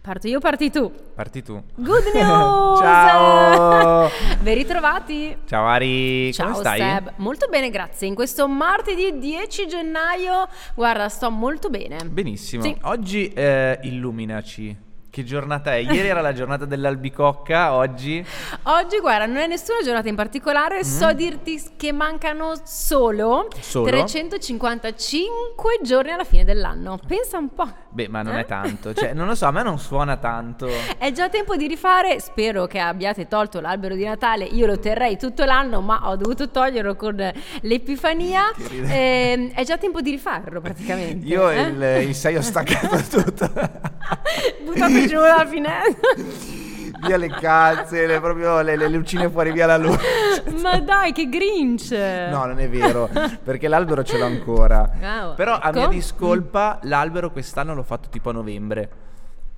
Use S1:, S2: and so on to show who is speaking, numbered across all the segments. S1: Parto io, parti tu.
S2: Parti tu.
S1: Good news!
S2: Ciao!
S1: Ben ritrovati.
S2: Ciao Ari,
S1: Ciao
S2: come stai?
S1: Seb, molto bene, grazie. In questo martedì 10 gennaio, guarda, sto molto bene.
S2: Benissimo.
S1: Sì.
S2: Oggi eh, illuminaci. Che giornata è? Ieri era la giornata dell'albicocca, oggi
S1: Oggi, guarda, non è nessuna giornata in particolare,
S2: Mm-hmm.
S1: so dirti che mancano solo,
S2: Solo?
S1: 355 giorni alla fine dell'anno. Pensa un po'.
S2: Beh, ma non
S1: Eh?
S2: è tanto, cioè non lo so, a me non suona tanto.
S1: È già tempo di rifare, spero che abbiate tolto l'albero di Natale, io lo terrei tutto l'anno ma ho dovuto toglierlo con l'Epifania,
S2: Che ridere.
S1: Ehm, è già tempo di rifarlo praticamente.
S2: Io
S1: eh?
S2: il, il 6 ho staccato tutto.
S1: Buttato giù dalla finestra.
S2: Via le calze, le, proprio le, le lucine fuori via la luce.
S1: Ma dai, che grinch!
S2: No, non è vero, perché l'albero ce l'ho ancora.
S1: Wow,
S2: Però a
S1: ecco.
S2: mia discolpa l'albero quest'anno l'ho fatto tipo a novembre.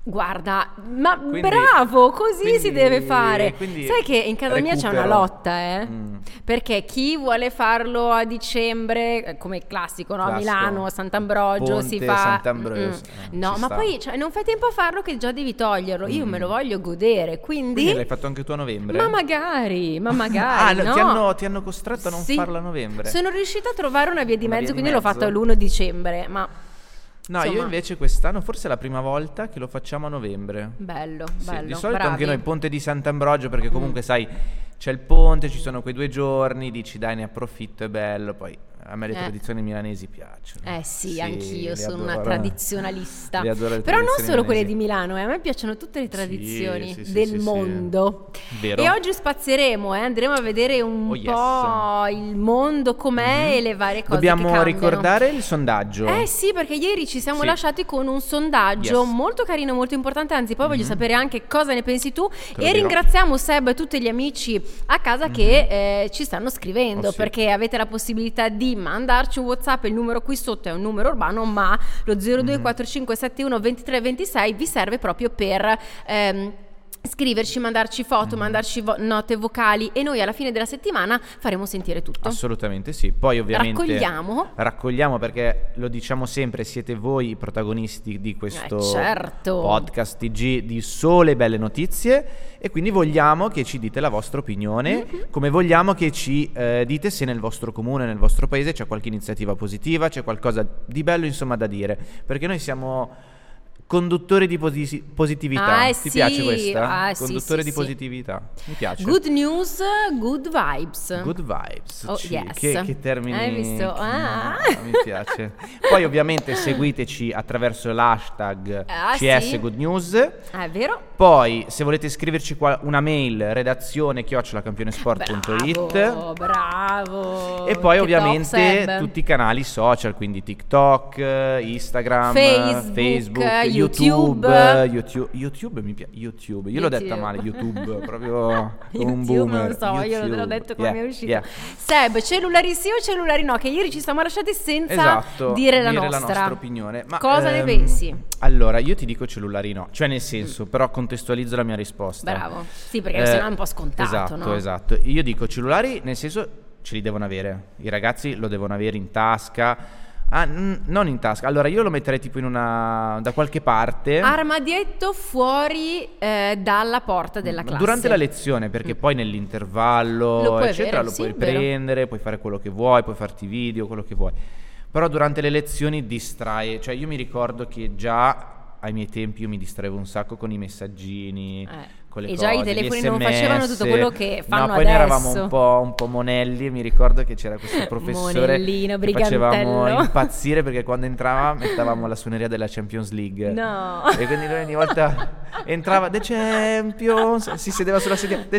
S1: Guarda, ma
S2: Quindi-
S1: bravo, così si
S2: quindi-
S1: deve fare.
S2: quindi
S1: Sai che in casa mia c'è una
S2: recupero.
S1: lotta, eh?
S2: Mm.
S1: Perché chi vuole farlo a dicembre, eh, come classico, no? A
S2: Classico.
S1: Milano, a Sant'Ambrogio, si
S2: Ponte,
S1: fa...
S2: Sant'Ambrogio,
S1: Mm.
S2: sì, eh,
S1: no,
S2: ci
S1: ma
S2: sta. Mm.
S1: poi cioè, non fai tempo a farlo che già devi toglierlo. Io me lo voglio godere, quindi...
S2: Quindi l'hai fatto anche tu a novembre?
S1: Ma magari, ma magari.
S2: Ah, no,
S1: no.
S2: ti hanno- ti hanno costretto a non
S1: Sì.
S2: farlo a novembre.
S1: Sono riuscita a trovare una via di
S2: Una
S1: mezzo,
S2: via di
S1: quindi l'ho
S2: mezzo.
S1: fatto l'1 dicembre, ma
S2: No, io
S1: insomma.
S2: invece quest'anno forse è la prima volta che lo facciamo a novembre.
S1: bello,
S2: Sì,
S1: bello.
S2: di solito
S1: bravi.
S2: anche noi Ponte di Sant'Ambrogio perché comunque sai c'è il ponte, ci sono quei due giorni, dici dai ne approfitto, è bello, poi a me le
S1: Eh.
S2: tradizioni milanesi piacciono.
S1: Eh sì, anch'io
S2: le
S1: sono una
S2: adoro.
S1: tradizionalista.
S2: Le adoro le
S1: Però non
S2: tradizioni
S1: solo quelle
S2: milanesi.
S1: di Milano, eh, a me piacciono tutte le tradizioni
S2: sì, sì,
S1: del
S2: sì, sì.
S1: mondo.
S2: Vero.
S1: E oggi spazieremo, eh, andremo a vedere un
S2: Oh, yes. Mhm.
S1: po' il mondo com'è e le varie cose che
S2: Dobbiamo
S1: cambiano.
S2: ricordare il sondaggio.
S1: Eh sì, perché ieri ci siamo
S2: Sì.
S1: lasciati con un sondaggio
S2: Yes. Mhm.
S1: molto carino, molto importante, anzi poi voglio sapere anche cosa ne pensi tu
S2: Te lo
S1: e
S2: dirò. Mhm.
S1: ringraziamo Seb e tutti gli amici a casa che eh, ci stanno scrivendo
S2: Oh, sì.
S1: perché avete la possibilità di mandarci un WhatsApp, il numero qui sotto è un numero urbano, ma lo 0245712326 vi serve proprio per ehm, scriverci, mandarci
S2: Mhm.
S1: foto, mandarci vo- note vocali e noi alla fine della settimana faremo sentire tutto.
S2: Assolutamente sì. Poi ovviamente
S1: Raccogliamo.
S2: raccogliamo perché lo diciamo sempre, siete voi i protagonisti di questo
S1: Eh, certo.
S2: podcast TG di sole belle notizie e quindi vogliamo che ci dite la vostra opinione,
S1: Mhm.
S2: come vogliamo che ci eh, dite se nel vostro comune, nel vostro paese c'è qualche iniziativa positiva, c'è qualcosa di bello insomma da dire, perché noi siamo conduttori di posi- positività.
S1: Ah, eh
S2: Ti
S1: sì,
S2: piace questa?
S1: ah, sì,
S2: Conduttore
S1: sì,
S2: di
S1: sì.
S2: positività. Mi piace.
S1: Good news, good vibes.
S2: Good vibes,
S1: Oh,
S2: ci-
S1: yes.
S2: che, che termini
S1: Hai visto?
S2: che-
S1: Ah.
S2: mi piace. Poi ovviamente seguiteci attraverso l'hashtag
S1: Ah, sì.
S2: CS Good News.
S1: Ah, è vero?
S2: Poi se volete scriverci qua una mail redazione chiocciolacampionesport.it
S1: Ah, Bravo, bravo. Che
S2: e poi
S1: top,
S2: ovviamente
S1: Seb.
S2: tutti i canali social, quindi TikTok, eh, Instagram,
S1: Facebook,
S2: Facebook,
S1: eh,
S2: YouTube,
S1: YouTube.
S2: eh, YouTube, YouTube mi piace, YouTube, io l'ho detta male,
S1: YouTube.
S2: YouTube, proprio come un
S1: YouTube, non
S2: boomer.
S1: so, io
S2: YouTube.
S1: l'ho detto come
S2: Yeah,
S1: mi è uscito.
S2: yeah.
S1: Seb, cellulari sì o cellulari no? Che ieri ci siamo lasciati senza
S2: Esatto,
S1: dire, la, nostra.
S2: opinione. Ma,
S1: Cosa ne
S2: ehm,
S1: pensi? Mm.
S2: Allora, io ti dico cellulari no, cioè nel senso, però contestualizzo la mia risposta.
S1: Bravo. Sì, perché sennò è un po' scontato,
S2: Esatto,
S1: no?
S2: esatto. Io dico cellulari nel senso ce li devono avere, i ragazzi lo devono avere in tasca. Ah, n- non in tasca. Allora, io lo metterei tipo in una da qualche parte.
S1: Ah, Armadietto fuori eh, dalla porta della classe. Mm.
S2: Durante la lezione, perché poi nell'intervallo,
S1: Lo puoi
S2: eccetera,
S1: avere,
S2: lo
S1: sì,
S2: puoi
S1: è vero.
S2: prendere, puoi fare quello che vuoi, puoi farti video, quello che vuoi. Però durante le lezioni distrae, cioè io mi ricordo che già ai miei tempi io mi distraevo un sacco con i messaggini,
S1: Eh,
S2: con le
S1: e
S2: cose,
S1: già i
S2: gli
S1: telefoni non
S2: SMS.
S1: facevano tutto quello che fanno
S2: No, poi noi
S1: adesso.
S2: eravamo un po', un po' monelli e mi ricordo che c'era questo professore
S1: Monellino,
S2: che facevamo
S1: brigantello.
S2: impazzire perché quando entrava mettavamo la suoneria della Champions League.
S1: No.
S2: E quindi lui ogni volta entrava The Champions, si sedeva sulla sedia The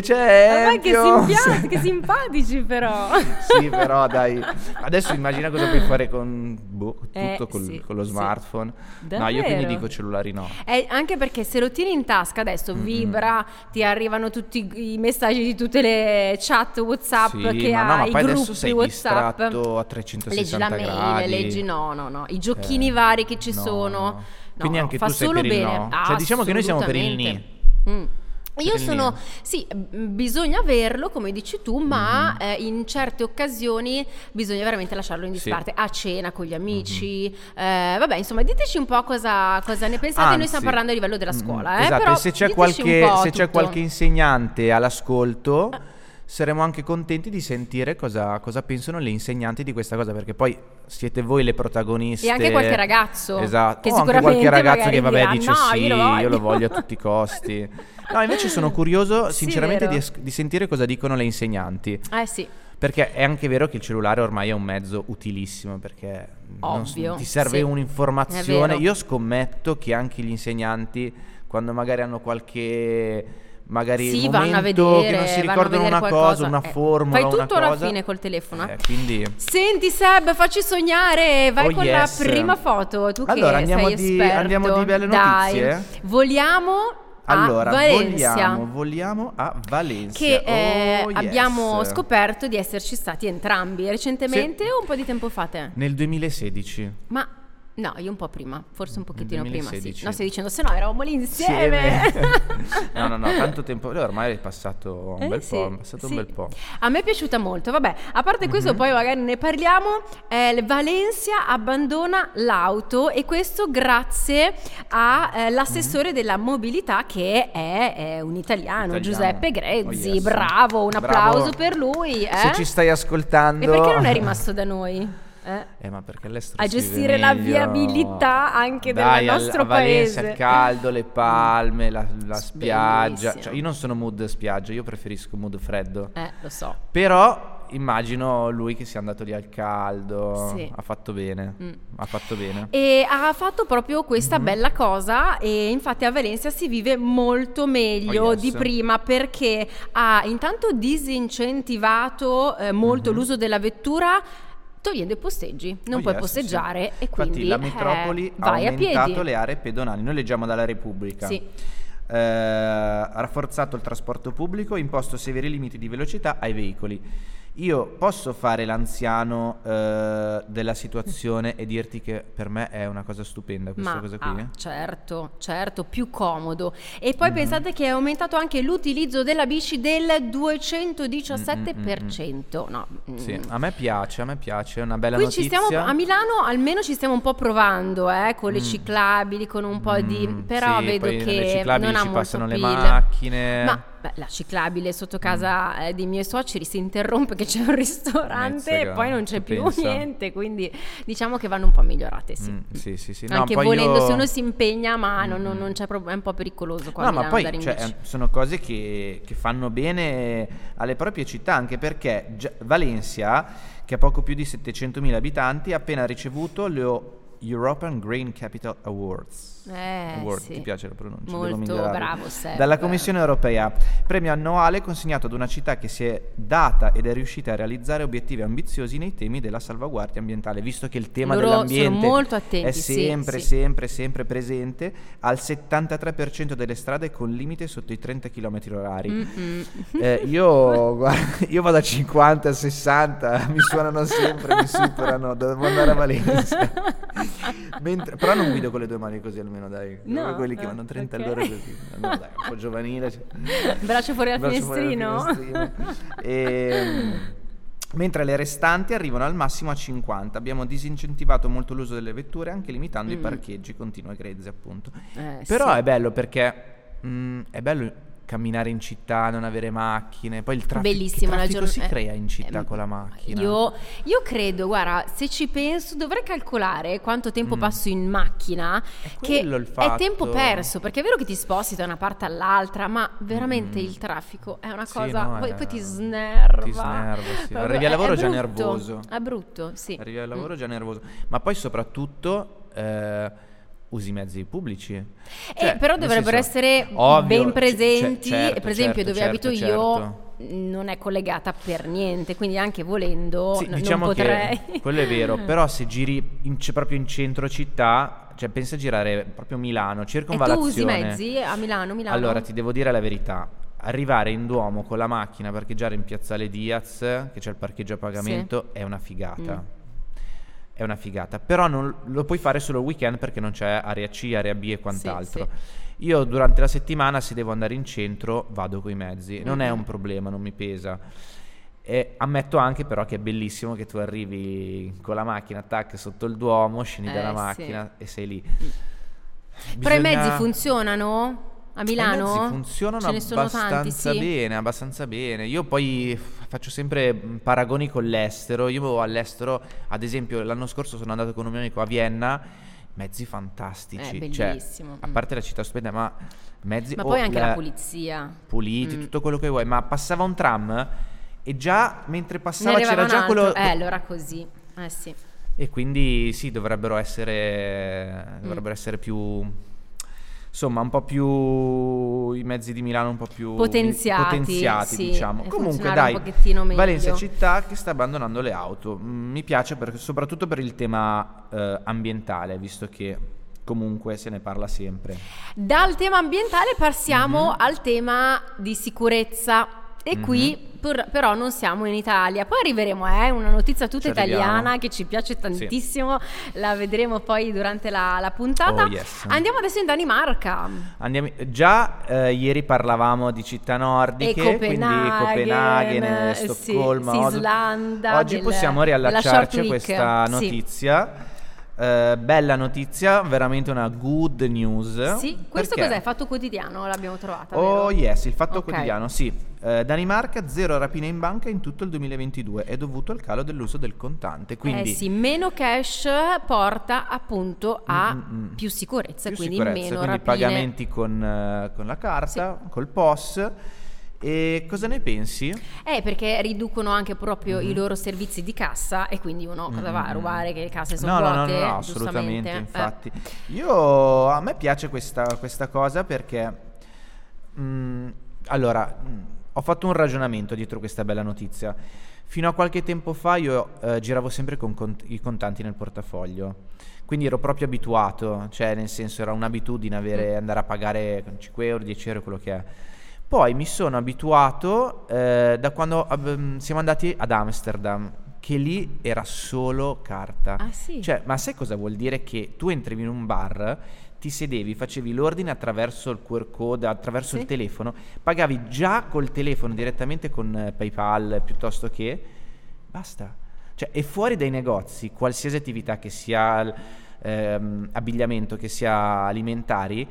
S1: Eh,
S2: Champions.
S1: Ma che, simpia- che simpatici però.
S2: Sì, però dai. Adesso immagina cosa puoi fare con boh, tutto
S1: Eh,
S2: col-
S1: sì,
S2: con lo
S1: sì.
S2: smartphone. No, io quindi
S1: Davvero?
S2: dico cellulari no.
S1: Eh, anche perché se lo tieni in tasca adesso vibra, ti arrivano tutti i messaggi di tutte le chat WhatsApp
S2: Sì,
S1: che
S2: ma no,
S1: hai,
S2: ma
S1: i
S2: poi adesso
S1: gruppi
S2: sei
S1: WhatsApp.
S2: distratto a
S1: leggi la
S2: 360
S1: mail,
S2: gradi.
S1: leggi no, no, no, i giochini
S2: Eh,
S1: vari che ci
S2: no.
S1: sono. No,
S2: Quindi
S1: no,
S2: anche
S1: fa
S2: tu sei
S1: solo
S2: per il Cioè,
S1: bene.
S2: no? Cioè, diciamo che noi siamo per il ni.
S1: Assolutamente. Mm. Io
S2: Perché il
S1: sono,
S2: mio-
S1: sì, m- bisogna averlo come dici tu, ma eh, in certe occasioni bisogna veramente lasciarlo in
S2: Mm-hmm. Sì. Mm-hmm.
S1: disparte, a cena con gli amici, eh, vabbè insomma diteci un po' cosa, cosa ne pensate, noi
S2: Anzi,
S1: stiamo parlando a livello della
S2: mm,
S1: scuola, eh,
S2: Esatto,
S1: però
S2: e se c'è,
S1: diteci
S2: qualche,
S1: un po'
S2: se c'è
S1: tutto.
S2: qualche insegnante all'ascolto, saremo anche contenti di sentire cosa, cosa pensano le insegnanti di questa cosa, perché poi siete voi le protagoniste.
S1: E anche qualche ragazzo,
S2: Esatto,
S1: che
S2: o anche
S1: sicuramente
S2: qualche ragazzo
S1: magari
S2: che vabbè
S1: dirà,
S2: dice
S1: "No,
S2: sì,
S1: io lo voglio."
S2: voglio a tutti i costi. No, invece sono curioso
S1: Sì,
S2: sinceramente di,
S1: vero.
S2: es- di sentire cosa dicono le insegnanti.
S1: Eh sì,
S2: Perché è anche vero che il cellulare ormai è un mezzo utilissimo perché non s-
S1: Ovvio,
S2: ti serve
S1: sì. È
S2: un'informazione.
S1: vero.
S2: Io scommetto che anche gli insegnanti, quando magari hanno qualche magari
S1: Sì, vanno a
S2: momento che
S1: vedere-
S2: non si
S1: vanno a
S2: ricordano
S1: vedere
S2: una cosa,
S1: qualcosa,
S2: una
S1: eh.
S2: formula,
S1: Fai
S2: una
S1: tutto alla
S2: cosa,
S1: fine col telefono, eh.
S2: eh, quindi
S1: Senti Seb, facci sognare, vai
S2: Oh,
S1: con
S2: yes.
S1: la prima foto, tu
S2: Allora,
S1: che
S2: andiamo
S1: sei
S2: di-
S1: esperto.
S2: andiamo di belle
S1: Dai.
S2: notizie?
S1: Voliamo a
S2: allora
S1: Valencia.
S2: vogliamo, vogliamo a Valencia
S1: Che eh,
S2: Oh, yes.
S1: abbiamo scoperto di esserci stati entrambi recentemente
S2: Sì.
S1: o un po' di tempo fa te?
S2: nel 2016.
S1: Ma no, io un po' prima, forse un pochettino prima.
S2: 2016.
S1: Sì. No, stai dicendo, se no eravamo lì insieme.
S2: Insieme. no, no, no, tanto tempo. eh, Ormai è passato un
S1: Eh,
S2: bel
S1: sì,
S2: po'. È passato
S1: sì.
S2: un bel po'.
S1: A me è piaciuta molto, vabbè, a parte questo
S2: Mhm.
S1: poi magari ne parliamo, eh, Valencia abbandona l'auto e questo grazie all'assessore della mobilità che è, eh, un italiano,
S2: Mhm. Italiano.
S1: Giuseppe Grezzi,
S2: Oh, yes.
S1: bravo, un
S2: Bravo.
S1: applauso per lui. eh.
S2: Se ci stai ascoltando.
S1: E perché non è rimasto da noi? Eh?
S2: Eh, ma perché lei scrive
S1: A gestire la
S2: meglio.
S1: viabilità anche del
S2: Dai, al-
S1: nostro
S2: a Valencia,
S1: paese.
S2: Il caldo, le palme, la, la
S1: S-
S2: spiaggia.
S1: bellissimo.
S2: Cioè, io non sono mood spiaggia, io preferisco mood freddo.
S1: Eh, lo so.
S2: Però immagino lui che sia andato lì al caldo.
S1: Sì.
S2: Ha fatto bene.
S1: Mm.
S2: Ha fatto bene.
S1: E ha fatto proprio questa
S2: Mhm.
S1: bella cosa e infatti a Valencia si vive molto meglio
S2: Oh, yes.
S1: di prima perché ha intanto disincentivato eh, molto
S2: Mhm.
S1: l'uso della vettura togliendo i posteggi, non
S2: Oh,
S1: puoi
S2: yes,
S1: posteggiare
S2: sì.
S1: e quindi
S2: Infatti la
S1: eh,
S2: metropoli ha
S1: vai a
S2: aumentato
S1: piedi.
S2: le aree pedonali. Noi leggiamo dalla Repubblica.
S1: Sì.
S2: Eh, ha rafforzato il trasporto pubblico, imposto severi limiti di velocità ai veicoli. Io posso fare l'anziano eh, della situazione e dirti che per me è una cosa stupenda questa
S1: Ma
S2: cosa
S1: ah,
S2: qui. eh.
S1: certo, certo, più comodo. E
S2: Mhm.
S1: poi pensate che è aumentato anche l'utilizzo della bici
S2: Mm,
S1: del 217%. No, mm,
S2: Sì, a me piace, a me piace, è una bella
S1: Qui ci
S2: notizia.
S1: stiamo, a Milano almeno ci stiamo un po' provando eh, con le ciclabili, con un po'
S2: Mm,
S1: di... però
S2: sì,
S1: vedo
S2: poi nelle
S1: che
S2: ciclabili
S1: non ha
S2: ci
S1: molto
S2: passano le
S1: appeal.
S2: macchine. Mm.
S1: Ma beh, la ciclabile sotto casa eh, dei miei suoceri si interrompe che c'è un ristorante
S2: Mezzaga,
S1: e poi non c'è
S2: tu
S1: più
S2: pensa.
S1: niente, quindi diciamo che vanno un po' migliorate, sì.
S2: Mm, sì, sì, sì. No,
S1: Anche
S2: poi
S1: volendo,
S2: io- Mm,
S1: se uno si impegna, ma non, non- non c'è prob- è un po' pericoloso qua a
S2: No, ma
S1: Milano
S2: poi
S1: andare in
S2: cioè,
S1: bici.
S2: eh, sono cose che, che fanno bene alle proprie città, anche perché Gia- Valencia, che ha poco più di 700.000 abitanti, ha appena ricevuto lo European Green Capital Awards.
S1: Eh,
S2: Award,
S1: sì.
S2: Ti piace la pronuncia? Devo
S1: Molto
S2: migliorarla.
S1: bravo, Seb.
S2: Dalla Commissione europea, premio annuale consegnato ad una città che si è data ed è riuscita a realizzare obiettivi ambiziosi nei temi della salvaguardia ambientale, visto che il tema
S1: Loro sono
S2: dell'ambiente
S1: molto attenti,
S2: è
S1: sì,
S2: sempre,
S1: sì.
S2: sempre, sempre presente, al 73% delle strade con limite sotto i 30 km orari.
S1: Mm. Mm-mm.
S2: Eh, io, guarda, io vado a 50, 60, mi suonano sempre, mi superano, dovevo andare a Valencia. Mentre- però non guido con le due mani così almeno, dai.
S1: No,
S2: Come quelli che
S1: eh,
S2: vanno 30
S1: ok.
S2: all'ora così. No, dai, un po' giovanile. cioè.
S1: Braccio fuori dal
S2: Braccio fuori
S1: finestrino.
S2: dal finestrino. Ehm, Mentre le restanti arrivano al massimo a 50, abbiamo disincentivato molto l'uso delle vetture anche limitando i
S1: Mm.
S2: parcheggi, continua Grezzi appunto.
S1: Eh,
S2: Però
S1: sì.
S2: è bello perché mm, è bello camminare in città, non avere macchine, poi il traffico,
S1: Bellissima
S2: che
S1: la
S2: traffico
S1: giornata.
S2: si crea in città
S1: ehm,
S2: con la macchina.
S1: Io, io credo, guarda, se ci penso, dovrei calcolare quanto tempo
S2: Mm.
S1: passo in macchina. Che
S2: quello il
S1: è tempo
S2: fatto.
S1: perso, perché è vero che ti sposti da una parte all'altra, ma veramente
S2: Mm.
S1: il traffico è una
S2: Sì,
S1: cosa.
S2: no,
S1: poi,
S2: è-
S1: poi ti snerva.
S2: ti snerva, sì.
S1: Proprio-
S2: Arrivi al
S1: è-
S2: lavoro
S1: è
S2: già
S1: brutto,
S2: nervoso.
S1: È brutto, sì.
S2: Arrivi al
S1: Mm.
S2: lavoro già nervoso, ma poi soprattutto eh, usi i mezzi pubblici.
S1: Eh,
S2: Cioè,
S1: però
S2: nel
S1: dovrebbero
S2: senso,
S1: essere
S2: ovvio,
S1: ben
S2: c-
S1: presenti.
S2: c- certo,
S1: per esempio,
S2: certo,
S1: dove
S2: certo,
S1: abito
S2: certo.
S1: io non è collegata per niente, quindi anche volendo
S2: Sì,
S1: n- oh,
S2: diciamo
S1: non potrei.
S2: che quello è vero, però se giri in- c- proprio in centro città, cioè pensa a girare proprio Milano,
S1: E
S2: circonvallazione.
S1: tu usi i mezzi Ah, a Milano, Milano?
S2: Allora, ti devo dire la verità. Arrivare in Duomo con la macchina, parcheggiare in Piazzale Diaz, che c'è il parcheggio a pagamento, è una figata.
S1: Mm.
S2: È una figata. Però non, lo puoi fare solo il weekend perché non c'è area C, area B e quant'altro. Io durante la settimana se devo andare in centro vado coi mezzi, non
S1: Mm.
S2: è un problema, non mi pesa. E ammetto anche però che è bellissimo che tu arrivi con la macchina, tac, sotto il Duomo, scendi
S1: Eh,
S2: dalla
S1: sì.
S2: macchina e sei lì.
S1: Però i
S2: Bisogna- Eh,
S1: mezzi funzionano a Milano?
S2: i mezzi funzionano
S1: Ce ne sono
S2: abbastanza
S1: tanti, sì.
S2: bene, abbastanza bene. Io poi f- faccio sempre mh, paragoni con l'estero. Io all'estero, ad esempio, l'anno scorso sono andato con un mio amico a Vienna, mezzi fantastici.
S1: Eh,
S2: Cioè,
S1: bellissimo,
S2: a
S1: mm.
S2: parte la città stupenda, ma mezzi...
S1: Ma
S2: o
S1: poi anche la,
S2: la-
S1: pulizia.
S2: Puliti,
S1: Mm.
S2: tutto quello che vuoi. Ma passava un tram e già mentre passava
S1: ne
S2: c'era
S1: arrivava
S2: già
S1: un altro.
S2: quello...
S1: Eh, allora così. Eh sì.
S2: E quindi sì, dovrebbero essere,
S1: Mm.
S2: dovrebbero essere più... Insomma, un po' più i mezzi di Milano un po' più
S1: Potenziati,
S2: potenziati,
S1: sì,
S2: diciamo.
S1: e
S2: Comunque
S1: funzionare
S2: dai,
S1: un pochettino meglio.
S2: Valencia è città che sta abbandonando le auto. Mm, Mi piace perché- soprattutto per il tema eh, ambientale, visto che comunque se ne parla sempre.
S1: Dal tema ambientale passiamo
S2: Mhm.
S1: al tema di sicurezza. E qui pur- però non siamo in Italia. Poi arriveremo, eh, una notizia tutta
S2: Ci arriviamo.
S1: italiana che ci piace tantissimo. La vedremo poi durante la, la puntata.
S2: Oh, yes.
S1: Andiamo adesso in Danimarca.
S2: Andiamo- già eh, ieri parlavamo di città nordiche,
S1: E
S2: quindi
S1: Copenaghen,
S2: Copenaghen,
S1: eh, sì,
S2: Stoccolma,
S1: sì,
S2: Oslo.
S1: Islanda,
S2: Oggi
S1: del-
S2: possiamo
S1: della
S2: riallacciarci a
S1: Short Week,
S2: questa
S1: sì.
S2: notizia. Eh, bella notizia, veramente una good news.
S1: Sì, questo
S2: Eh? Perché?
S1: cos'è? Fatto quotidiano, l'abbiamo trovata.
S2: Oh
S1: vero?
S2: yes, il fatto
S1: Ok.
S2: quotidiano, sì. Eh, Danimarca, zero rapine in banca in tutto il 2022, è dovuto al calo dell'uso del contante, quindi
S1: Eh sì, meno cash porta appunto a
S2: Mm, mm, mm.
S1: più sicurezza,
S2: più
S1: quindi
S2: sicurezza,
S1: meno
S2: quindi
S1: rapine.
S2: pagamenti con, eh, con la carta, col POS. E cosa ne pensi?
S1: Eh, perché riducono anche proprio
S2: Mhm.
S1: i loro servizi di cassa e quindi uno cosa va a rubare che le casse sono
S2: Mm, no, no,
S1: vuote.
S2: No, no, no,
S1: giustamente.
S2: assolutamente,
S1: Eh,
S2: infatti. Io, a me piace questa, questa cosa perché... mm, allora, mm, ho fatto un ragionamento dietro questa bella notizia. Fino a qualche tempo fa io eh, giravo sempre con cont- i contanti nel portafoglio, quindi ero proprio abituato, cioè nel senso era un'abitudine avere- andare a pagare con 5 euro, 10 euro, quello che è. Poi mi sono abituato eh, da quando ab- siamo andati ad Amsterdam, che lì era solo carta.
S1: Ah, sì?
S2: Cioè, ma sai cosa vuol dire che tu entrivi in un bar, ti sedevi, facevi l'ordine attraverso il QR code, attraverso
S1: Sì.
S2: il telefono, pagavi già col telefono direttamente con eh, PayPal piuttosto che basta. Cioè, e fuori dai negozi, qualsiasi attività che sia l- ehm, abbigliamento, che sia alimentari,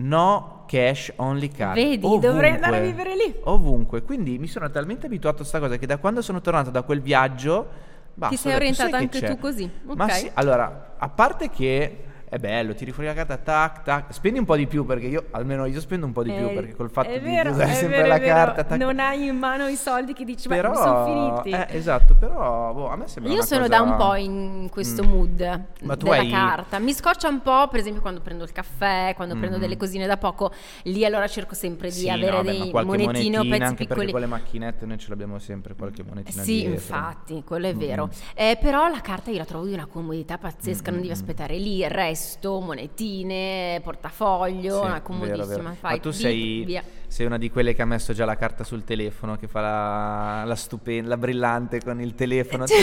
S2: no cash, only card.
S1: Vedi, dovrei andare a vivere lì.
S2: Ovunque. Quindi mi sono talmente abituato a sta cosa che da quando sono tornato da quel viaggio Basta,
S1: sei
S2: ho detto,
S1: orientata
S2: "Sai che
S1: anche
S2: c'è?"
S1: tu così?
S2: Ma
S1: Ok.
S2: sì, allora, a parte che è bello, tiri fuori la carta, tac, tac, spendi un po' di più perché io, almeno io spendo un po' di più
S1: eh,
S2: perché col fatto
S1: è
S2: di
S1: vero,
S2: usare
S1: è
S2: sempre
S1: vero,
S2: la
S1: è vero.
S2: carta, tac,
S1: non hai in mano i soldi che dici,
S2: però,
S1: ma sono finiti.
S2: eh, esatto, però boh, a me sembra
S1: Io
S2: una
S1: sono
S2: cosa-
S1: da un po' in questo
S2: Mm.
S1: mood
S2: Ma tu
S1: della
S2: hai-
S1: carta. Mi scoccia un po', per esempio, quando prendo il caffè, quando prendo
S2: Mhm.
S1: delle cosine da poco. Lì allora cerco sempre di
S2: Sì,
S1: avere
S2: no, beh, ma
S1: dei
S2: qualche
S1: monetini o
S2: monetina,
S1: pezzi
S2: anche
S1: piccoli.
S2: perché con le macchinette noi ce l'abbiamo sempre qualche monetina
S1: Sì,
S2: dietro.
S1: infatti, quello è
S2: Mm,
S1: vero.
S2: mm.
S1: Eh, però la carta io la trovo di una comodità pazzesca,
S2: Mm-hmm.
S1: non devi aspettare lì, resto, monetine, portafoglio,
S2: Sì,
S1: una comodissima.
S2: vero, vero.
S1: Fai
S2: Ma tu
S1: bip,
S2: sei,
S1: via.
S2: sei una di quelle che ha messo già la carta sul telefono, che fa la, la stupenda, la brillante con il telefono.
S1: Cioè-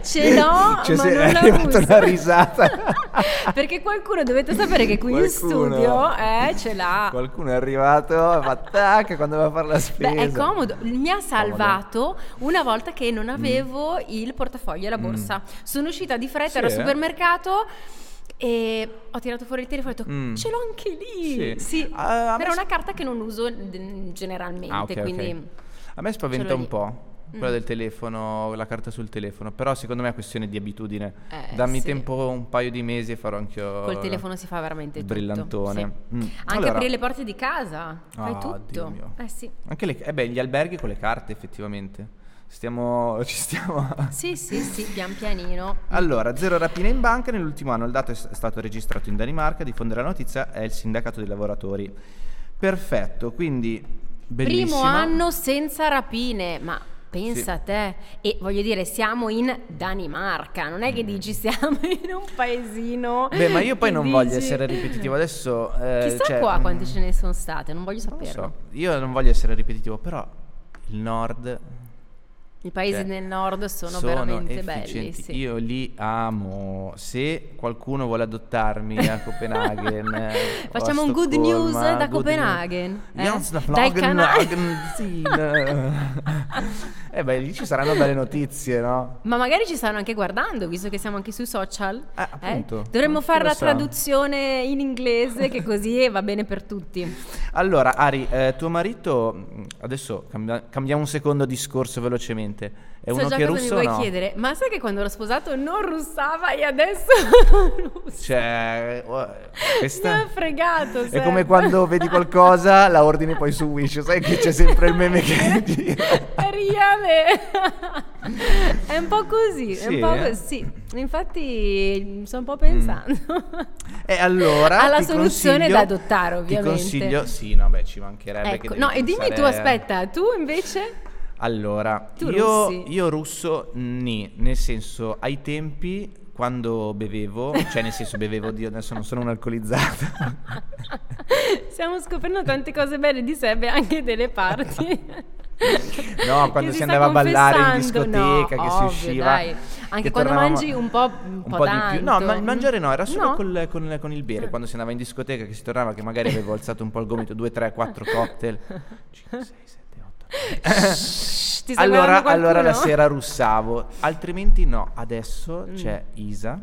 S1: Ce l'ho,
S2: Cioè,
S1: ma
S2: se-
S1: non
S2: è
S1: la
S2: arrivata
S1: uso.
S2: una risata.
S1: Perché qualcuno dovete sapere che qui in
S2: Qualcuno-
S1: studio eh, ce l'ha.
S2: Qualcuno è arrivato, fa tac quando va a fare la spesa.
S1: Beh, è comodo, mi ha
S2: Comodo.
S1: salvato una volta che non avevo il portafoglio e la
S2: Mm.
S1: borsa. Sono uscita di fretta,
S2: Sì,
S1: ero al
S2: eh?
S1: supermercato e ho tirato fuori il telefono e ho detto
S2: Mm.
S1: ce l'ho anche lì.
S2: Sì.
S1: Sì,
S2: Ah, a me
S1: però è
S2: sp-
S1: una carta che non uso mm, generalmente,
S2: Ah, ok, ok.
S1: quindi...
S2: A me
S1: ce
S2: spaventa
S1: l'ho lì.
S2: un po' quella
S1: Mm.
S2: del telefono, la carta sul telefono, però secondo me è questione di abitudine.
S1: Eh,
S2: Dammi
S1: sì.
S2: tempo un paio di mesi e farò anch'io
S1: Col telefono si fa veramente
S2: il
S1: tutto.
S2: brillantone.
S1: sì.
S2: Mm.
S1: Anche
S2: Allora-
S1: aprire le porte di casa, fai
S2: Ah,
S1: tutto.
S2: Dio mio.
S1: Eh sì.
S2: Anche le- eh beh, gli alberghi con le carte effettivamente. Stiamo, ci stiamo
S1: Sì, sì, sì, pian pianino.
S2: Allora, zero rapine in banca, nell'ultimo anno il dato è s- stato registrato in Danimarca, a diffondere la notizia è il sindacato dei lavoratori. Perfetto, quindi bellissima.
S1: Primo anno senza rapine, ma pensa
S2: Sì.
S1: a te. E voglio dire, siamo in Danimarca, non è che dici siamo in un paesino.
S2: Mm. Beh, ma io poi
S1: che
S2: non voglio
S1: dici-
S2: essere ripetitivo adesso. eh,
S1: Chissà
S2: cioè,
S1: qua
S2: mm,
S1: quante ce ne sono state, non voglio
S2: non lo
S1: saperlo.
S2: so. Io non voglio essere ripetitivo, però il nord
S1: I paesi
S2: Cioè,
S1: del nord sono, veramente belli.
S2: efficienti.
S1: sì.
S2: Io li amo. Se qualcuno vuole adottarmi a Copenaghen, eh, o a
S1: Facciamo un good
S2: Stoccolma,
S1: news da
S2: good
S1: Copenaghen,
S2: news.
S1: eh?
S2: Jansna
S1: Dal
S2: Flagen-
S1: canale.
S2: Hagen- sì, eh. Eh, beh, lì ci saranno belle notizie, no?
S1: Ma magari ci stanno anche guardando, visto che siamo anche sui social.
S2: Eh, appunto.
S1: Dovremmo
S2: Chi
S1: fare
S2: lo
S1: la
S2: sa?
S1: traduzione in inglese, che così va bene per tutti.
S2: Allora, Ari, eh, tuo marito, mh, adesso cambia- cambiamo un secondo discorso velocemente. È
S1: so
S2: uno
S1: già
S2: che è
S1: cosa
S2: russo o
S1: mi vuoi
S2: no?
S1: chiedere, ma sai che quando l'ho sposato non russava e adesso russa?
S2: Cioè, eh, questa...
S1: Mi ha fregato.
S2: È
S1: Seb.
S2: come quando vedi qualcosa, la ordini poi su Wish. Sai che c'è sempre il meme che
S1: È reale. è un po' così, è
S2: Sì,
S1: un po'
S2: eh?
S1: così. Infatti mm, sto un po' pensando.
S2: Mm. E allora
S1: Alla
S2: ti
S1: soluzione
S2: consiglio-
S1: da adottare, ovviamente.
S2: Ti consiglio, sì, no, beh, ci mancherebbe che
S1: ecco,
S2: devi
S1: no, e dimmi tu,
S2: pensare-
S1: aspetta, tu invece?
S2: Allora,
S1: Tu
S2: io,
S1: russi.
S2: io russo nì, nel senso ai tempi quando bevevo, cioè nel senso bevevo, Dio, adesso non sono un alcolizzata.
S1: Stiamo scoprendo tante cose belle di Seb e anche delle parti.
S2: No,
S1: Che
S2: quando si
S1: sta
S2: andava a ballare in
S1: confessando. No,
S2: discoteca, che si
S1: ovvio,
S2: usciva.
S1: dai. Anche
S2: che
S1: quando
S2: tornavamo-
S1: mangi un po', un po'
S2: di più. No,
S1: tanto.
S2: ma il mangiare no, era solo
S1: No?
S2: col- con, con il bere.
S1: Ah.
S2: Quando si andava in discoteca, che si tornava, che magari avevo alzato un po' il gomito, 2, 3, 4 cocktail. 5, 6, 7, 8.
S1: Shh, ti sta
S2: Allora,
S1: guardando qualcuno?
S2: allora la sera russavo, altrimenti no. Adesso
S1: Mm.
S2: c'è Isa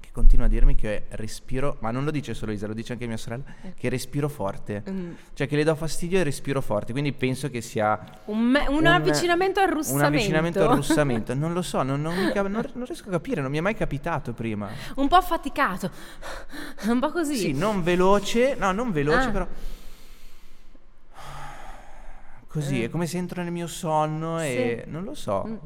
S2: che continua a dirmi che respiro, ma non lo dice solo Isa, lo dice anche mia sorella, che respiro forte.
S1: Eh. Mm.
S2: Cioè che le do fastidio e respiro forte, quindi penso che sia
S1: Un, me- un avvicinamento al russamento.
S2: Un avvicinamento al russamento, non lo so, non, non mi cap- non- non riesco a capire, non mi è mai capitato prima.
S1: un po' affaticato. Un po' così.
S2: Sì, non veloce, no, non veloce
S1: Ah.
S2: però... Così,
S1: Eh.
S2: è come se entro nel mio sonno e non lo so.
S1: Mm.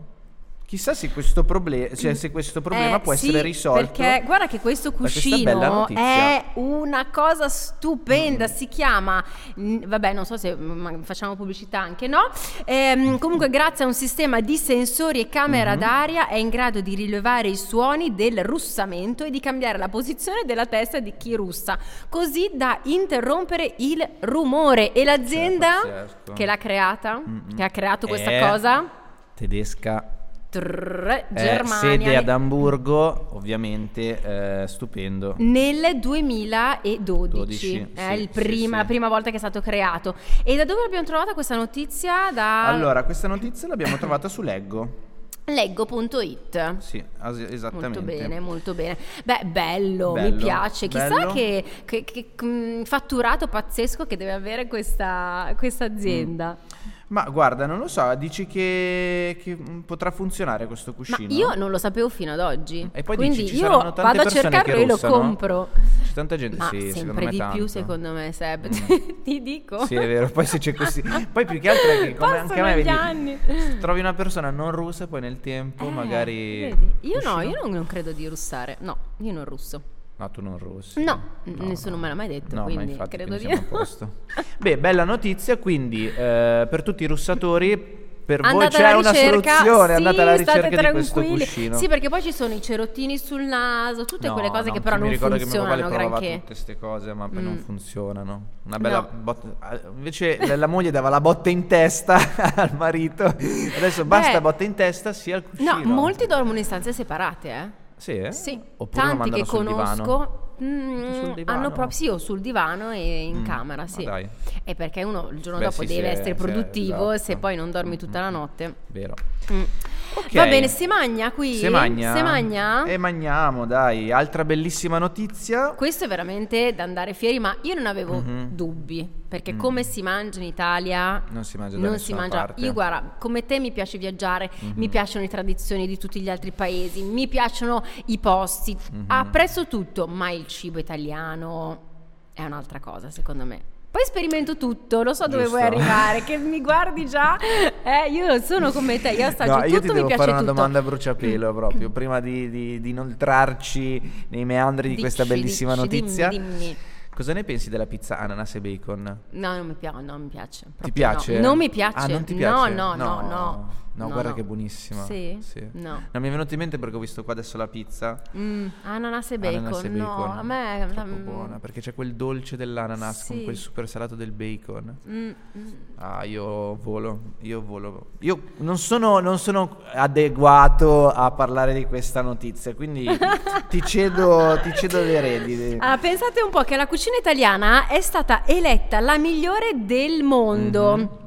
S2: Chissà se questo, proble- cioè, se questo problema
S1: Eh,
S2: può
S1: sì,
S2: essere risolto.
S1: Perché guarda che questo
S2: da questa bella
S1: cuscino
S2: notizia.
S1: è una cosa stupenda. Si chiama, mm, vabbè, non so se mm, ma facciamo pubblicità anche no. Ehm, comunque, grazie a un sistema di sensori e
S2: Mhm.
S1: camera d'aria, è in grado di rilevare i suoni del russamento e di cambiare la posizione della testa di chi russa, così da interrompere il rumore. E l'azienda
S2: pazzesco.
S1: che l'ha creata,
S2: Certo, Mm-mm.
S1: che ha creato questa
S2: Eh.
S1: cosa,
S2: Tedesca.
S1: trrr,
S2: eh,
S1: Germania.
S2: sede
S1: ne-
S2: ad Amburgo, ovviamente eh, stupendo.
S1: Nel 2012,
S2: 12,
S1: è
S2: sì,
S1: il
S2: sì,
S1: prima-
S2: sì.
S1: la prima volta che è stato creato. E da dove abbiamo trovato questa notizia? Da
S2: Allora, questa notizia l'abbiamo trovata su Leggo.
S1: leggo.it.
S2: Sì, as- esattamente.
S1: Molto bene, molto bene. Beh, bello, mi
S2: Bello,
S1: piace. Chissà
S2: bello.
S1: che, che- che, mh, fatturato pazzesco che deve avere questa, questa
S2: Mm.
S1: azienda.
S2: Ma guarda, non lo so, dici che, che, mm, potrà funzionare questo
S1: Ma
S2: cuscino?
S1: io non lo sapevo fino ad oggi.
S2: E poi
S1: Quindi
S2: dici, ci
S1: io
S2: saranno tante
S1: vado a
S2: persone che
S1: cercarlo e lo
S2: russano?
S1: compro.
S2: C'è tanta gente,
S1: Ma
S2: sì, secondo
S1: sempre
S2: me
S1: di più,
S2: tanto. Mm.
S1: secondo me, Seb. Ti dico.
S2: Sì, è vero, poi se c'è così... Poi più che altro è che come anche a me,
S1: Passano gli
S2: vedi,
S1: anni.
S2: se trovi una persona non russa, poi nel tempo
S1: Eh,
S2: magari...
S1: vedi. Io no,
S2: cuscino-
S1: io non, non credo di russare. No, io non russo.
S2: No, tu non russi.
S1: No, nessuno me l'ha mai detto,
S2: No,
S1: quindi
S2: ma infatti,
S1: credo
S2: quindi
S1: di
S2: siamo a posto. Beh, bella notizia, quindi eh, per tutti i russatori, per voi
S1: Andate
S2: c'è
S1: alla
S2: una
S1: ricerca,
S2: soluzione,
S1: sì,
S2: andate alla
S1: state
S2: ricerca di questo
S1: tranquilli.
S2: cuscino.
S1: Sì, perché poi ci sono i cerottini sul naso, tutte
S2: No,
S1: quelle cose
S2: no,
S1: che però
S2: mi
S1: non
S2: ricordo che mio papà le
S1: funzionano
S2: provava
S1: granché.
S2: tutte queste cose, ma
S1: Mm.
S2: non funzionano. Una bella
S1: No.
S2: botta- ah, Invece la- la moglie dava la botta in testa al marito. Adesso basta
S1: Beh.
S2: botta in testa sia al cuscino.
S1: No, molti dormono in stanze separate, eh.
S2: Sì, eh?
S1: Sì,
S2: Oppure lo
S1: tanti che
S2: mandano sul divano.
S1: conosco mm,
S2: Sul divano?
S1: hanno proprio sì, o sul divano e in
S2: Mm,
S1: camera,
S2: ma
S1: sì.
S2: dai.
S1: È perché uno il giorno
S2: Beh,
S1: dopo
S2: sì,
S1: deve
S2: sì,
S1: essere
S2: sì,
S1: produttivo se
S2: esatto.
S1: poi non dormi
S2: Mm,
S1: tutta
S2: mm,
S1: la
S2: mm.
S1: notte.
S2: Vero.
S1: Mm.
S2: Ok.
S1: Va bene, si magna qui?
S2: Se magna.
S1: Se magna?
S2: E magniamo, dai. Altra bellissima notizia.
S1: Questo è veramente da andare fieri, ma io non avevo
S2: Mhm.
S1: dubbi, perché come si mangia in Italia...
S2: Non si mangia da
S1: Non si
S2: nessuna
S1: mangia.
S2: parte. Mhm.
S1: Io guarda, come te mi piace viaggiare, mi piacciono le tradizioni di tutti gli altri paesi, mi piacciono i posti,
S2: Mhm.
S1: apprezzo tutto, ma il cibo italiano è un'altra cosa secondo me. Poi sperimento tutto, lo so dove
S2: Giusto.
S1: vuoi arrivare, che mi guardi già, eh, io sono come te, Eh, io assaggio
S2: No,
S1: tutto,
S2: io ti
S1: mi
S2: devo
S1: piace
S2: fare una
S1: tutto. Mm.
S2: domanda a bruciapelo proprio, prima di, di- di inoltrarci nei meandri di questa
S1: Dici,
S2: bellissima
S1: dici, dimmi,
S2: notizia.
S1: dimmi.
S2: Cosa ne pensi della pizza ananas e bacon?
S1: No, non mi piace, non mi piace. proprio
S2: Ti piace?
S1: no. Non mi piace.
S2: Ah, non ti piace?
S1: No, no, no, no.
S2: No,
S1: No,
S2: guarda
S1: no.
S2: che buonissima.
S1: Sì?
S2: sì.
S1: No.
S2: No, mi è venuto in mente perché ho visto qua adesso la pizza.
S1: Mm, ananas e bacon.
S2: Ananas e
S1: No,
S2: bacon.
S1: a me
S2: Troppo
S1: mm,
S2: buona, perché c'è quel dolce dell'ananas con
S1: Sì.
S2: quel super salato del bacon.
S1: mm, mm.
S2: Ah, io volo, io volo. Io non sono, non sono adeguato a parlare di questa notizia, quindi ti cedo, ti cedo le redini.
S1: Ah, pensate un po' che la cucina italiana è stata eletta la migliore del mondo.
S2: Mhm.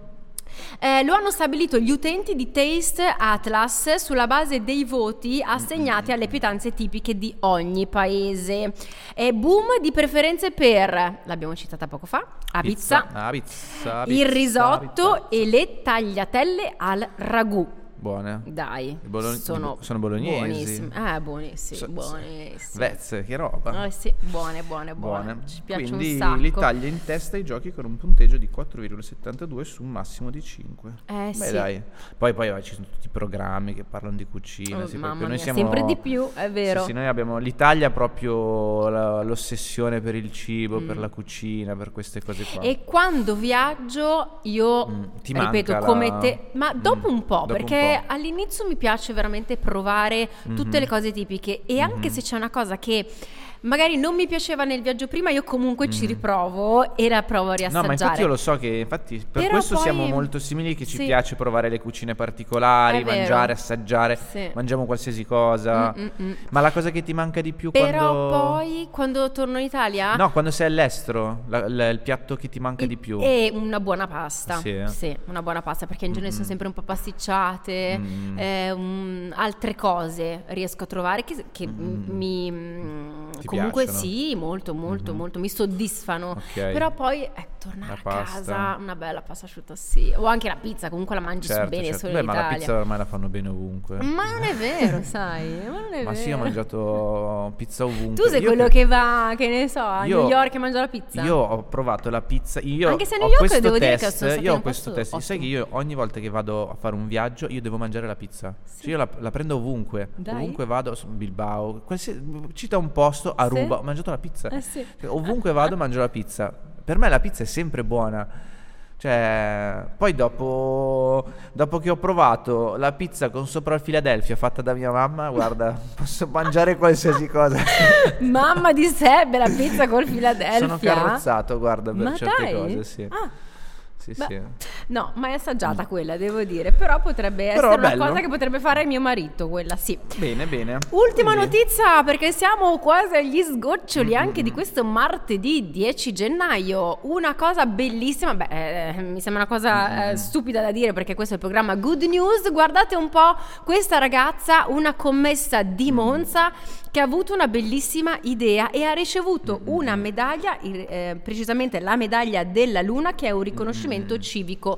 S1: Eh, lo hanno stabilito gli utenti di Taste Atlas sulla base dei voti assegnati alle pietanze tipiche di ogni paese. E boom di preferenze per, l'abbiamo citata poco fa, la pizza,
S2: Ah, pizza,
S1: il
S2: pizza,
S1: risotto
S2: pizza.
S1: e le tagliatelle al ragù.
S2: Buona.
S1: Dai,
S2: I bologn-
S1: sono,
S2: sono bolognesi.
S1: buonissimi. Eh, buonissimi,
S2: So-
S1: buonissimi.
S2: Vezze, che roba.
S1: Eh sì, buone, buone, buone. Ci piace
S2: Quindi
S1: un sacco.
S2: l'Italia in testa ai giochi con un punteggio di 4,72 su un massimo di 5.
S1: Eh
S2: Beh,
S1: sì.
S2: dai. Poi, poi vabbè, ci sono tutti i programmi che parlano di cucina.
S1: Oh,
S2: sì,
S1: mamma
S2: proprio. Noi
S1: mia,
S2: siamo-
S1: sempre di più, è vero.
S2: Sì, sì, noi abbiamo l'Italia ha proprio la- l'ossessione per il cibo, per la cucina, per queste cose qua.
S1: Mm. E quando viaggio io,
S2: Mm, ti
S1: ripeto,
S2: manca la-
S1: come te, ma
S2: Mm,
S1: dopo un po',
S2: dopo un
S1: perché
S2: po'.
S1: all'inizio mi piace veramente provare tutte
S2: Mhm.
S1: le cose tipiche e anche
S2: Mhm.
S1: se c'è una cosa che magari non mi piaceva nel viaggio prima, io comunque ci riprovo e la provo a
S2: Mm-hmm. No,
S1: riassaggiare.
S2: ma infatti io lo so che infatti per
S1: Però
S2: questo
S1: poi-
S2: siamo molto simili che ci
S1: sì.
S2: piace provare le cucine
S1: È
S2: particolari,
S1: vero.
S2: mangiare, assaggiare,
S1: Sì.
S2: mangiamo qualsiasi cosa.
S1: Mm, mm, mm.
S2: Ma la cosa che ti manca di più
S1: Però
S2: quando
S1: poi quando torno in Italia
S2: No, quando sei all'estero, la- la- il piatto che ti manca di più.
S1: E una buona pasta.
S2: Sì,
S1: Sì,
S2: eh?
S1: una buona pasta perché in genere sono
S2: Mm.
S1: sempre un po' pasticciate,
S2: Mm.
S1: eh, un- altre cose riesco a trovare che, che
S2: Mm.
S1: mi... mm,
S2: Ti
S1: comunque
S2: piacciono?
S1: sì, molto, molto,
S2: Mhm.
S1: molto, mi soddisfano.
S2: Ok.
S1: Però poi eh, tornare
S2: La
S1: a
S2: pasta.
S1: casa, una bella pasta asciutta sì, o anche la pizza, comunque la mangi
S2: Certo,
S1: bene
S2: certo.
S1: solo
S2: Beh,
S1: in
S2: ma la
S1: Italia.
S2: pizza ormai la fanno bene ovunque.
S1: Ma non è vero, sai, ma non è vero.
S2: Ma sì, ho mangiato pizza ovunque.
S1: Tu sei
S2: Io
S1: quello
S2: che-
S1: che va, che ne so, a
S2: Io-
S1: Ah, New York e mangia la pizza.
S2: Io ho provato la pizza. Io
S1: Anche se a
S2: ho
S1: New York
S2: questo
S1: devo dire
S2: test,
S1: che sono stata
S2: Io
S1: in
S2: ho
S1: un
S2: questo
S1: posto
S2: test. Sai che
S1: ottimo.
S2: io ogni volta che vado a fare un viaggio, io devo mangiare la pizza. Cioè, io la, la prendo ovunque.
S1: Dai.
S2: Ovunque vado, su Bilbao, qualsiasi, cita un posto, Aruba,
S1: Sì.
S2: ho mangiato la pizza.
S1: Eh sì.
S2: Cioè, ovunque vado mangio la pizza. Per me la pizza è sempre buona. Cioè, poi dopo, dopo che ho provato la pizza con sopra il Philadelphia fatta da mia mamma, guarda, posso mangiare qualsiasi cosa.
S1: Mamma di sé, bella pizza col Philadelphia.
S2: Sono carrozzato, guarda, per
S1: Ma
S2: certe
S1: dai.
S2: cose, sì.
S1: Ah,
S2: Sì,
S1: beh,
S2: sì.
S1: No, mai assaggiata quella, devo dire. Però potrebbe
S2: Però
S1: essere
S2: bello.
S1: una cosa che potrebbe fare mio marito, quella sì.
S2: Bene, bene.
S1: Ultima
S2: Quindi-
S1: notizia, perché siamo quasi agli sgoccioli anche di questo martedì 10 gennaio. Una cosa bellissima, beh, eh, mi sembra una cosa eh, stupida da dire perché questo è il programma Good News. Guardate un po' questa ragazza, una commessa di Monza che ha avuto una bellissima idea e ha ricevuto una medaglia, il- eh, precisamente la medaglia della Luna, che è un riconoscimento civico.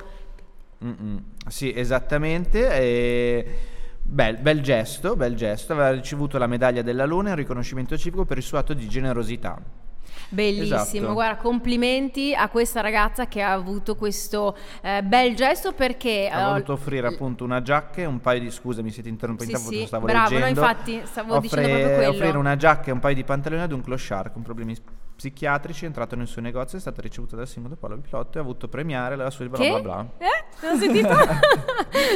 S2: Mm-mm. Sì, esattamente. e- Bel, bel gesto, bel gesto. Aveva ricevuto la medaglia della Luna e un riconoscimento civico per il suo atto di generosità.
S1: Bellissimo,
S2: Esatto.
S1: guarda, complimenti a questa ragazza che ha avuto questo eh, bel gesto perché...
S2: Ha
S1: eh,
S2: voluto offrire appunto una giacca e un paio di scusa, mi siete interrompendo,
S1: Sì,
S2: intanto
S1: sì,
S2: stavo
S1: bravo, no,
S2: leggendo.
S1: infatti, stavo dicendo proprio quello.
S2: Offrire una giacca e un paio di pantaloni ad un clochard con problemi s- psichiatrici, è entrato nel suo negozio, è stata ricevuta dal sindaco Paolo Pilotto e ha avuto premiare la sua bla
S1: Che?
S2: bla bla.
S1: Eh? Non ho sentito?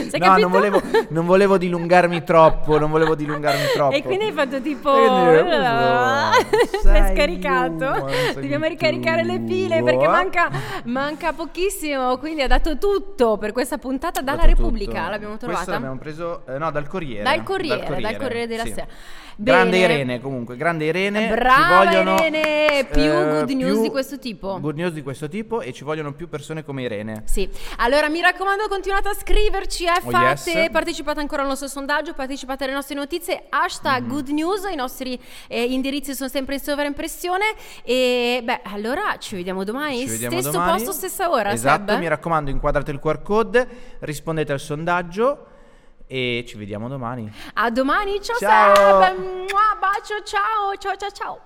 S1: Sai
S2: no, non volevo, non volevo dilungarmi troppo, non volevo dilungarmi troppo.
S1: E quindi hai fatto tipo...
S2: E quindi-
S1: L'hai
S2: Sai,
S1: scaricato.
S2: Luma, sai
S1: Dobbiamo
S2: tu.
S1: ricaricare le pile perché manca, manca pochissimo. Quindi ha dato tutto per questa puntata
S2: Ho
S1: dalla
S2: dato
S1: Repubblica.
S2: tutto.
S1: L'abbiamo trovata.
S2: Questo l'abbiamo preso, eh, no, dal Corriere.
S1: Dal Corriere, dal Corriere, della
S2: sì.
S1: Sera.
S2: Grande
S1: Bene.
S2: Irene, comunque, grande Irene.
S1: Brava
S2: ci vogliono, eh,
S1: Irene, più good news
S2: più
S1: di questo tipo.
S2: Good news di questo tipo e ci vogliono più persone come Irene.
S1: Sì, allora mi raccomando continuate a scriverci, eh,
S2: Oh,
S1: fate,
S2: yes.
S1: partecipate ancora al nostro sondaggio, partecipate alle nostre notizie,
S2: Mm-hmm.
S1: hashtag good news, i nostri eh, indirizzi sono sempre in sovraimpressione e beh allora ci vediamo domani,
S2: Ci vediamo
S1: stesso
S2: domani.
S1: posto, stessa ora.
S2: Esatto,
S1: Seb.
S2: mi raccomando, inquadrate il QR code, rispondete al sondaggio e ci vediamo domani.
S1: a domani, ciao,
S2: Ciao.
S1: Seb, Mua, bacio, ciao, ciao ciao ciao.